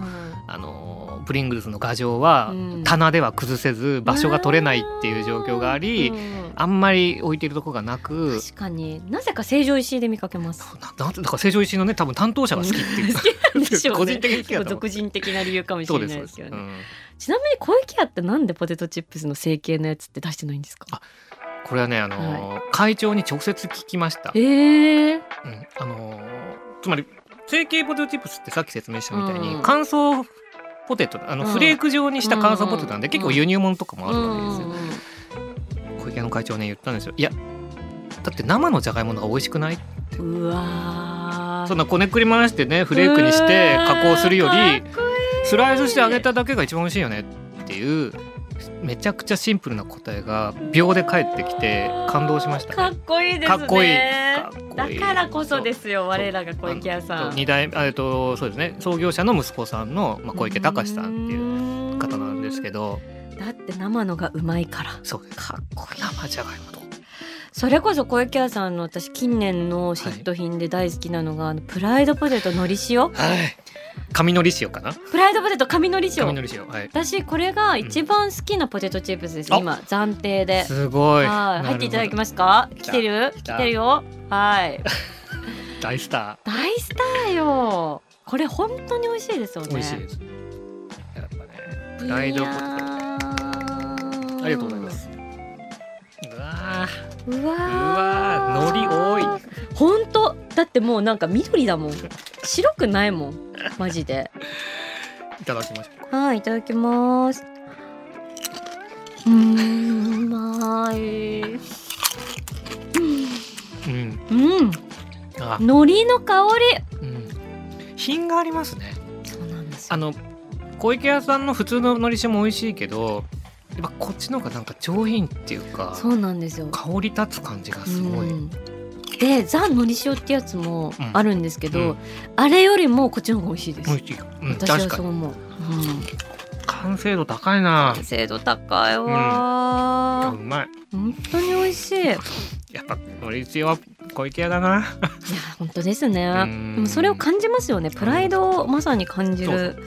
Speaker 3: あのプリングルスの牙城は、
Speaker 2: うん
Speaker 3: 棚では崩せず場所が取れないっていう状況があり、
Speaker 2: うんうん
Speaker 3: あんまり置いてるとこがなく。
Speaker 2: 確かになぜか成城石井で見かけます。
Speaker 3: ななんだから成城石井のね多分担当者が好きっていう、
Speaker 2: 好きなんでしょうね。
Speaker 3: 個人的に好きだと思う
Speaker 2: 独人的な理由かもし
Speaker 3: そう
Speaker 2: れ
Speaker 3: です
Speaker 2: ない
Speaker 3: そう
Speaker 2: で
Speaker 3: で
Speaker 2: け
Speaker 3: すす、
Speaker 2: ど
Speaker 3: う
Speaker 2: ね。
Speaker 3: ん
Speaker 2: ちなみに小池屋ってなんでポテトチップスの成形のやつって出してないんですか。
Speaker 3: これはね、あのー会長に直接聞きました。
Speaker 2: ええー。
Speaker 3: うん、あのーつまり成形ポテトチップスってさっき説明したみたいに、
Speaker 2: うん
Speaker 3: 乾燥ポテトあの、
Speaker 2: うん
Speaker 3: フレーク状にした乾燥ポテトなんで、
Speaker 2: うん
Speaker 3: 結構輸入物とかもあるわ
Speaker 2: う
Speaker 3: けですよ
Speaker 2: ん。うんうん
Speaker 3: 小池の会長ね言ったんですよ。いやだって生のじゃがいものが美味しくないう
Speaker 2: わー
Speaker 3: そんなこねくり回してねフレークにして加工するよ
Speaker 2: うわ
Speaker 3: り
Speaker 2: ーかっこいい
Speaker 3: スライスして揚げただけが一番美味しいよねっていうめちゃくちゃシンプルな答えが秒で返ってきて感動しましたね、
Speaker 2: かっこいいですね
Speaker 3: かっこいいかっこいい
Speaker 2: だからこそですよ我らが小池屋さん
Speaker 3: 二代えっとそうですね創業者の息子さんのまあ小池隆さんっていう
Speaker 2: う
Speaker 3: 方なんですけ
Speaker 2: ど
Speaker 3: ど、
Speaker 2: だって生のがうまいから
Speaker 3: そうです。
Speaker 2: かっこいい
Speaker 3: 生じゃがいもと。
Speaker 2: それこそ小池屋さんの私近年のヒット品で大好きなのが、あのプライドポテトのり塩
Speaker 3: はい。紙のり塩かな。
Speaker 2: プライドポテト紙のり
Speaker 3: 紙
Speaker 2: 塩
Speaker 3: のり塩はい。
Speaker 2: 私これが一番好きなポテトチップスです、
Speaker 3: うん
Speaker 2: 今暫定です
Speaker 3: ごい。
Speaker 2: はい、入っていただきますか。
Speaker 3: 来
Speaker 2: 来
Speaker 3: た
Speaker 2: てる、
Speaker 3: 来
Speaker 2: 来
Speaker 3: た
Speaker 2: てるよ。はい、
Speaker 3: す。大スタ
Speaker 2: 大スターよ。これ本当に美味しいですよ
Speaker 3: ー。
Speaker 2: ね。
Speaker 3: 美味しいです。やっぱね。プライドポテト
Speaker 2: ト
Speaker 3: ありがとうございます。うわ
Speaker 2: うわ
Speaker 3: ーう
Speaker 2: ー
Speaker 3: わー海苔多い。
Speaker 2: 本当だってもうなんか緑だもん。白くないもん。マジで。
Speaker 3: いただきましょう。
Speaker 2: はい、いただきます。うーん、うまい。
Speaker 3: うん。
Speaker 2: うん、
Speaker 3: あ、
Speaker 2: 海苔の香
Speaker 3: うん。品がありますね。
Speaker 2: り。そうなんです
Speaker 3: あ
Speaker 2: よ。
Speaker 3: の小池屋さんの普通ののり塩も美味しいけどやっぱこっちの方がなんか上品っていうか
Speaker 2: そうなんですよ。
Speaker 3: 香り立つ感じがすごい、
Speaker 2: うんでザ・のり塩ってやつも
Speaker 3: うん
Speaker 2: あるんですけど、
Speaker 3: うん
Speaker 2: あれよりもこっちの方が美味しいで
Speaker 3: 美
Speaker 2: す。
Speaker 3: 味しい、うん、
Speaker 2: 私はそ
Speaker 3: 確か
Speaker 2: う
Speaker 3: に
Speaker 2: 思う。
Speaker 3: 完成度高いな
Speaker 2: うん、精度高い
Speaker 3: あ
Speaker 2: わ
Speaker 3: う、まい
Speaker 2: 本当に美味しい。いや
Speaker 3: やっぱのり塩は小池屋だな
Speaker 2: 本当ですね。
Speaker 3: うん
Speaker 2: でもそれを感じますよね。プライドをまさに感じる。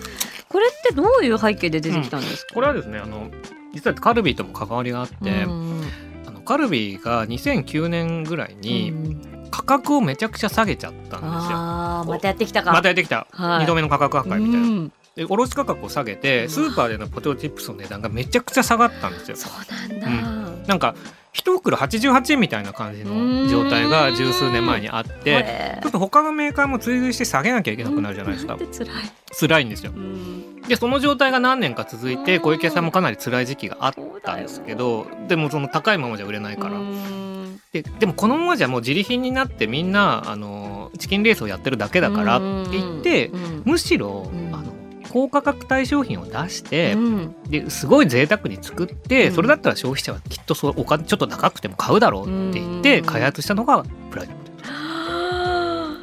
Speaker 2: これってどういう背景で出てきたんですか。
Speaker 3: これはですねあの実はカルビーとも関わりがあって、
Speaker 2: うん
Speaker 3: あのカルビーが2009年ぐらいに
Speaker 2: うん
Speaker 3: 価格をめちゃくちゃ下げちゃったんですよ、
Speaker 2: ああまたやってきたか。
Speaker 3: またやってきた、
Speaker 2: はい
Speaker 3: 2度目の価格破壊みたいな、
Speaker 2: うん
Speaker 3: で卸価格を下げてスーパーでのポテトチップスの値段がめちゃくちゃ下がったんですよ。
Speaker 2: そうなんだ。
Speaker 3: なんか一袋88円みたいな感じの状態が十数年前にあって
Speaker 2: で
Speaker 3: ちょっと他のメーカーも追随して下げなきゃいけなくなるじゃないですか
Speaker 2: て辛い。
Speaker 3: 辛いんですよ
Speaker 2: うん。
Speaker 3: でその状態が何年か続いて小池さんもかなり辛い時期があっ
Speaker 2: そう
Speaker 3: た
Speaker 2: だ
Speaker 3: ん
Speaker 2: よ
Speaker 3: ですけどでもその高いままじゃ売れないから
Speaker 2: うん
Speaker 3: ででもこのままじゃもう自利品になってみんなあのチキンレースをやってるだけだからって言って
Speaker 2: うん
Speaker 3: むしろ
Speaker 2: うん
Speaker 3: あの高価格帯商品を出して
Speaker 2: うん
Speaker 3: ですごい贅沢に作って
Speaker 2: うん
Speaker 3: それだったら消費者はきっとそうお金ちょっと高くても買うだろうって言って
Speaker 2: うん
Speaker 3: 開発したのがプライド
Speaker 2: は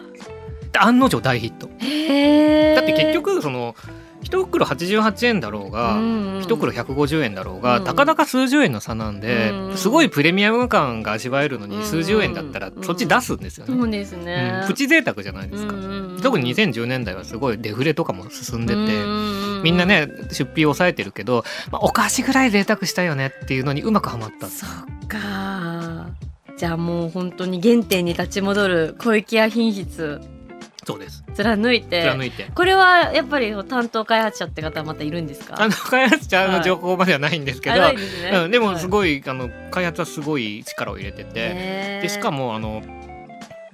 Speaker 3: で案の定大ヒット
Speaker 2: あへえ。
Speaker 3: だって結局その1袋88円だろうが
Speaker 2: うん
Speaker 3: 1袋150円だろうが
Speaker 2: うん
Speaker 3: たかだか数十円の差なんで
Speaker 2: うん
Speaker 3: すごいプレミアム感が味わえるの
Speaker 2: う
Speaker 3: に
Speaker 2: ん
Speaker 3: 数十円だったらそっち出すんですよね。
Speaker 2: そうですね
Speaker 3: う。んプチ贅沢じゃないですか、特に2010年代はすごいデフレとかも進んでて、みんなね出費抑えてるけど、まあ、お菓子ぐらい贅沢したよねっていうのにうまくはまった
Speaker 2: そっかじゃあもう本当に原点に立ち戻る小池屋品質
Speaker 3: そうです
Speaker 2: 貫いて
Speaker 3: 貫いて。
Speaker 2: これはやっぱり担当開発者って方またいるんですか
Speaker 3: あの開発者の情報まではないんですけど、
Speaker 2: ないですね、
Speaker 3: うん、でもす
Speaker 2: い、
Speaker 3: ごい、あの開発はすごい力を入れてて、でしか
Speaker 2: も、
Speaker 3: もあの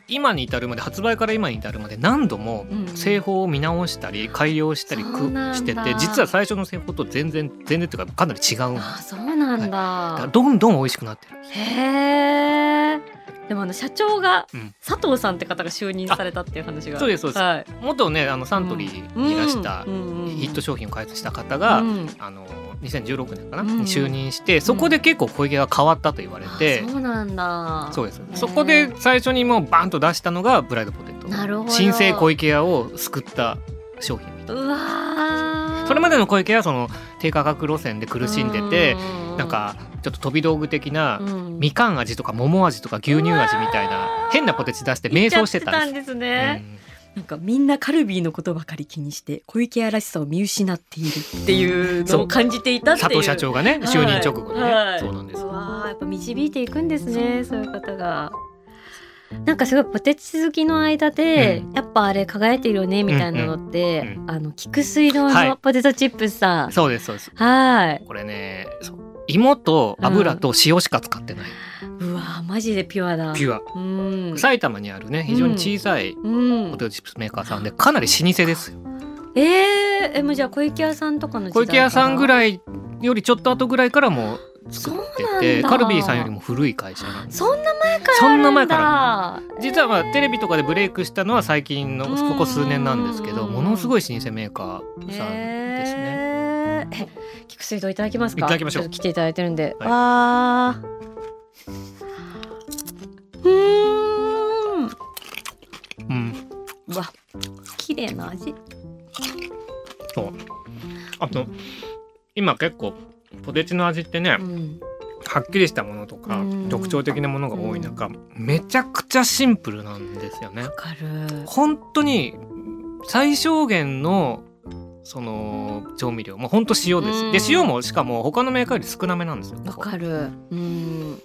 Speaker 3: 今に至るまで発売から今に至るまで何度も
Speaker 2: うん
Speaker 3: 製法を見直したり改良したりく
Speaker 2: そうなんだ
Speaker 3: してて実は最初の製法と全然全然っていうかかなり違うんだ
Speaker 2: あそうなんだ,、
Speaker 3: からどんどん美味しくなってる。
Speaker 2: へえでもあの社長が
Speaker 3: うん
Speaker 2: 佐藤さんって方が就任されたっていう話が
Speaker 3: あそうですそうです
Speaker 2: はい、
Speaker 3: 元ねあのサントリーにいらした
Speaker 2: う
Speaker 3: ヒ
Speaker 2: んうんうん
Speaker 3: ット商品を開発した方が、
Speaker 2: うん
Speaker 3: あの2016年かな、
Speaker 2: うん
Speaker 3: に就任してそこで結構小池が変わったと言われて、
Speaker 2: あそうなんだ
Speaker 3: そうです
Speaker 2: へー
Speaker 3: そこで最初にもうバンと出したのがブライドポテト
Speaker 2: なるほど
Speaker 3: 新生小池屋を救った商品みたいうな
Speaker 2: わ
Speaker 3: それま
Speaker 2: で
Speaker 3: での小池屋はその低価格路線で苦しんでて、なんかちょっと飛び道具的な、
Speaker 2: うん
Speaker 3: みかん味とか桃味とか牛乳味みたいな変なポテチ出して迷走してた
Speaker 2: 行っちゃってた
Speaker 3: んです
Speaker 2: んです
Speaker 3: うん
Speaker 2: ね、なんかみんなカルビーのことばかり気にして小池屋らしさを見失っているっていうのを感じていたっていう
Speaker 3: 佐藤社長がね 就任直後にね、
Speaker 2: はいはい
Speaker 3: そうなんです
Speaker 2: うわーやっぱ導いていくんですねそういう方がなんかすごいポテチ好きの間で、やっぱあれ輝いてるよねみたいなのって、
Speaker 3: うんうんうん
Speaker 2: あの菊水堂
Speaker 3: は
Speaker 2: の
Speaker 3: い
Speaker 2: ポテトチップスさ、
Speaker 3: そうですそうです
Speaker 2: はい、
Speaker 3: これねそう芋と油と塩しか使ってない、
Speaker 2: うわーマジでピュアだ
Speaker 3: ピュア
Speaker 2: うん、
Speaker 3: 埼玉にあるね非常に小さ
Speaker 2: う
Speaker 3: い
Speaker 2: ん
Speaker 3: ポテトチップスメーカーさんでかなり老舗ですよ
Speaker 2: えー、えもうじゃあ小池屋さんとかの時代
Speaker 3: 小池屋さんぐ
Speaker 2: い
Speaker 3: らいよりちょっと後ぐらいからもう作って
Speaker 2: そうなん
Speaker 3: て
Speaker 2: だ
Speaker 3: カルビーさんよりも古い会社なんです
Speaker 2: そんな前から
Speaker 3: そん
Speaker 2: あ
Speaker 3: な
Speaker 2: る
Speaker 3: 前
Speaker 2: ん
Speaker 3: から
Speaker 2: だ
Speaker 3: 実はまあテレビとかでブレイクしたのは最近の
Speaker 2: うん
Speaker 3: ここ数年なんですけど
Speaker 2: うん
Speaker 3: ものすごい老舗メーカーさんですね。
Speaker 2: えーえ菊水道いただきますか。
Speaker 3: いただきましょう
Speaker 2: ちっと来ていただいてるんで。
Speaker 3: はい
Speaker 2: わあ。うーん。
Speaker 3: うん、
Speaker 2: うわ。綺麗な味。
Speaker 3: そうあと今結構ポテチの味ってね
Speaker 2: うん。
Speaker 3: はっきりしたものとか
Speaker 2: うん
Speaker 3: 特徴的なものが多い中めちゃくちゃシンプルなんですよね
Speaker 2: わ。かる。
Speaker 3: 本当に最小限のその調味料もう本当塩で
Speaker 2: うん
Speaker 3: すで塩もしかも他のメーカーより少なめなんですよ
Speaker 2: わかる。うん。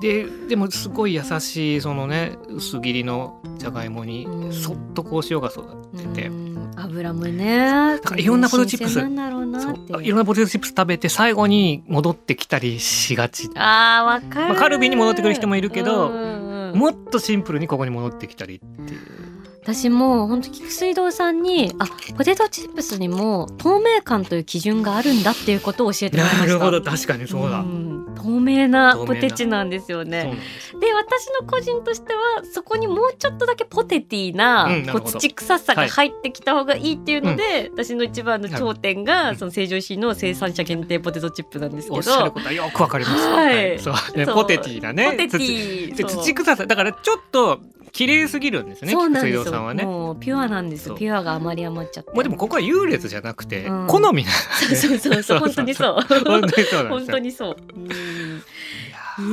Speaker 3: ででもすごい優しいそのね薄切りのじゃがいもに
Speaker 2: うん
Speaker 3: そっとこう塩がそう出て
Speaker 2: うん油もね。だ
Speaker 3: からいろんなポテトチップス
Speaker 2: なんだろうな
Speaker 3: そう
Speaker 2: って
Speaker 3: い
Speaker 2: いう。
Speaker 3: ろんなポテトチップス食べて最後に戻ってきたりしがち
Speaker 2: ああわか
Speaker 3: ま
Speaker 2: る。
Speaker 3: あカルビに戻ってくる人もいるけど
Speaker 2: うんうんうん
Speaker 3: もっとシンプルにここに戻ってきたりっていう
Speaker 2: 私も本当菊水道さんにあポテトチップスにも透明感という基準があるんだっていうことを教えてもらいました
Speaker 3: なるほど確かにそうだ、
Speaker 2: ん透明な
Speaker 3: 透明な
Speaker 2: ポテチなんですよ
Speaker 3: そう
Speaker 2: ね
Speaker 3: なんです
Speaker 2: で私の個人としてはそこにもうちょっとだけポテティな,、
Speaker 3: うんなる
Speaker 2: こ
Speaker 3: ほ
Speaker 2: う
Speaker 3: ど
Speaker 2: 土臭さが入ってきた方がいいっていうので、私の一番の頂点が、
Speaker 3: うん
Speaker 2: その成城石井の生産者限定ポテトチップなんです
Speaker 3: お
Speaker 2: け
Speaker 3: っしゃる
Speaker 2: ど
Speaker 3: ことはよくわかります、
Speaker 2: はい
Speaker 3: そうね
Speaker 2: そう
Speaker 3: ポテティなね
Speaker 2: ポテテ
Speaker 3: 土
Speaker 2: ィ
Speaker 3: で
Speaker 2: そう
Speaker 3: 土臭さだからちょっと綺麗すぎるんですね
Speaker 2: そう
Speaker 3: 菊
Speaker 2: なん
Speaker 3: 水
Speaker 2: で
Speaker 3: 道
Speaker 2: す
Speaker 3: さんは
Speaker 2: よ、
Speaker 3: ね。
Speaker 2: もうピュアなんです
Speaker 3: そう
Speaker 2: ピュアが余り余っちゃって
Speaker 3: まあでもここは優劣じゃなくて、
Speaker 2: うん
Speaker 3: 好みなん
Speaker 2: そうそう そうそう 本当にそう
Speaker 3: う本当にそうなん
Speaker 2: 本
Speaker 3: です
Speaker 2: 当
Speaker 3: よ。
Speaker 2: にそう。
Speaker 3: い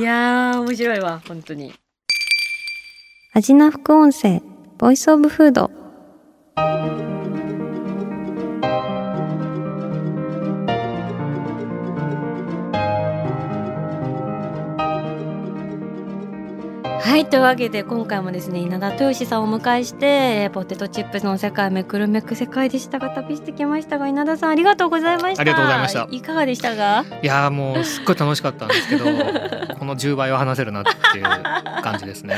Speaker 2: い
Speaker 3: や
Speaker 2: やー面白いわ本当に。
Speaker 1: 味な副音声ボイスオブフード
Speaker 2: はいというわけで今回もですね稲田豊志さんをお迎えしてえーポテトチップスの世界めくるめく世界でしたが旅してきましたが稲田さんありがとうございました
Speaker 3: ありがとうございました
Speaker 2: いかがでしたが
Speaker 3: いやーもうすっごい楽しかったんです けどこの10倍は話せるなっていう感じですね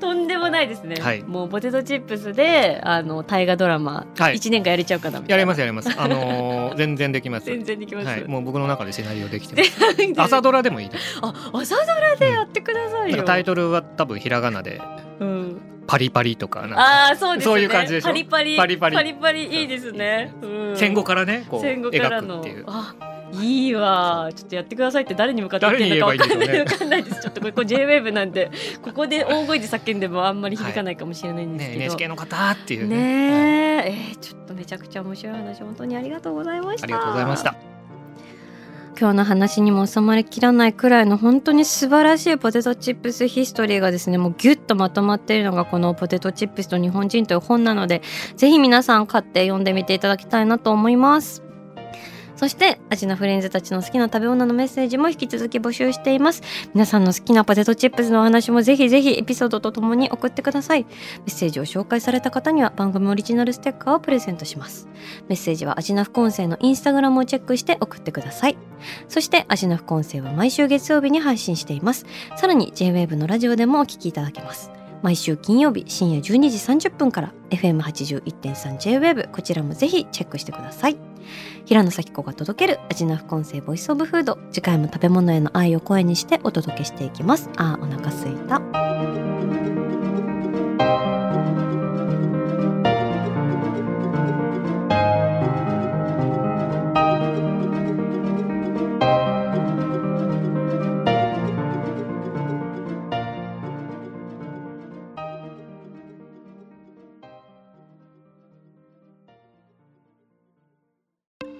Speaker 2: とんでもないですね、
Speaker 3: はい
Speaker 2: もうポテトチップスであの大河ドラマ
Speaker 3: はい
Speaker 2: 一年間やれちゃうかなみた
Speaker 3: や
Speaker 2: いな
Speaker 3: りますやりますあの ー全然できます
Speaker 2: 全然できます、
Speaker 3: はい、もう僕の中でシナリオできてます
Speaker 2: 朝
Speaker 3: 朝ドラでもいいです
Speaker 2: あ朝ドラでやってください
Speaker 3: なん
Speaker 2: よ、
Speaker 3: かタイトルは多分ひらがなで
Speaker 2: うん
Speaker 3: パリパリとかなんか
Speaker 2: ああそうですね
Speaker 3: そういう感じでしょ
Speaker 2: パリパリ
Speaker 3: パリパリ
Speaker 2: パリパリいいですね、うん
Speaker 3: 戦後からねこう
Speaker 2: 戦後から
Speaker 3: 描く
Speaker 2: の
Speaker 3: っていう
Speaker 2: あいいわちょっとやってくださいって誰に向かって言ってるのかわかんない
Speaker 3: 誰に言えばいいんで
Speaker 2: わ
Speaker 3: しょうね
Speaker 2: かんないですちょっとこれこれ J-WAVE なんでここで大声で叫んでもあんまり響かないかもしれないんです
Speaker 3: ね
Speaker 2: けど、
Speaker 3: NHK の方っていうねはい
Speaker 2: ねええーちょっとめちゃくちゃ面白い話本当にありがとうございました
Speaker 3: ありがとうございました
Speaker 2: 今日の話にも収まりきらないくらいの本当に素晴らしいポテトチップスヒストリーがですねもうギュッとまとまっているのがこの「ポテトチップスと日本人」という本なのでぜひ皆さん買って読んでみていただきたいなと思います。そしてアジのフレンズたちの好きな食べ物のメッセージも引き続き募集しています皆さんの好きなポテトチップスのお話もぜひぜひエピソードとともに送ってくださいメッセージを紹介された方には番組オリジナルステッカーをプレゼントしますメッセージはアジナ副音声のインスタグラムをチェックして送ってくださいそして、アジナ副音声は毎週月曜日に配信しています。さらに J-WAVE のラジオでもお聞きいただけます。毎週金曜日深夜12時30分から FM81.3JWAVE こちらもぜひチェックしてください。平野咲子が届けるアジナ副音声ボイスオブフード次回も食べ物への愛を声にしてお届けしていきます。あーお腹すいた。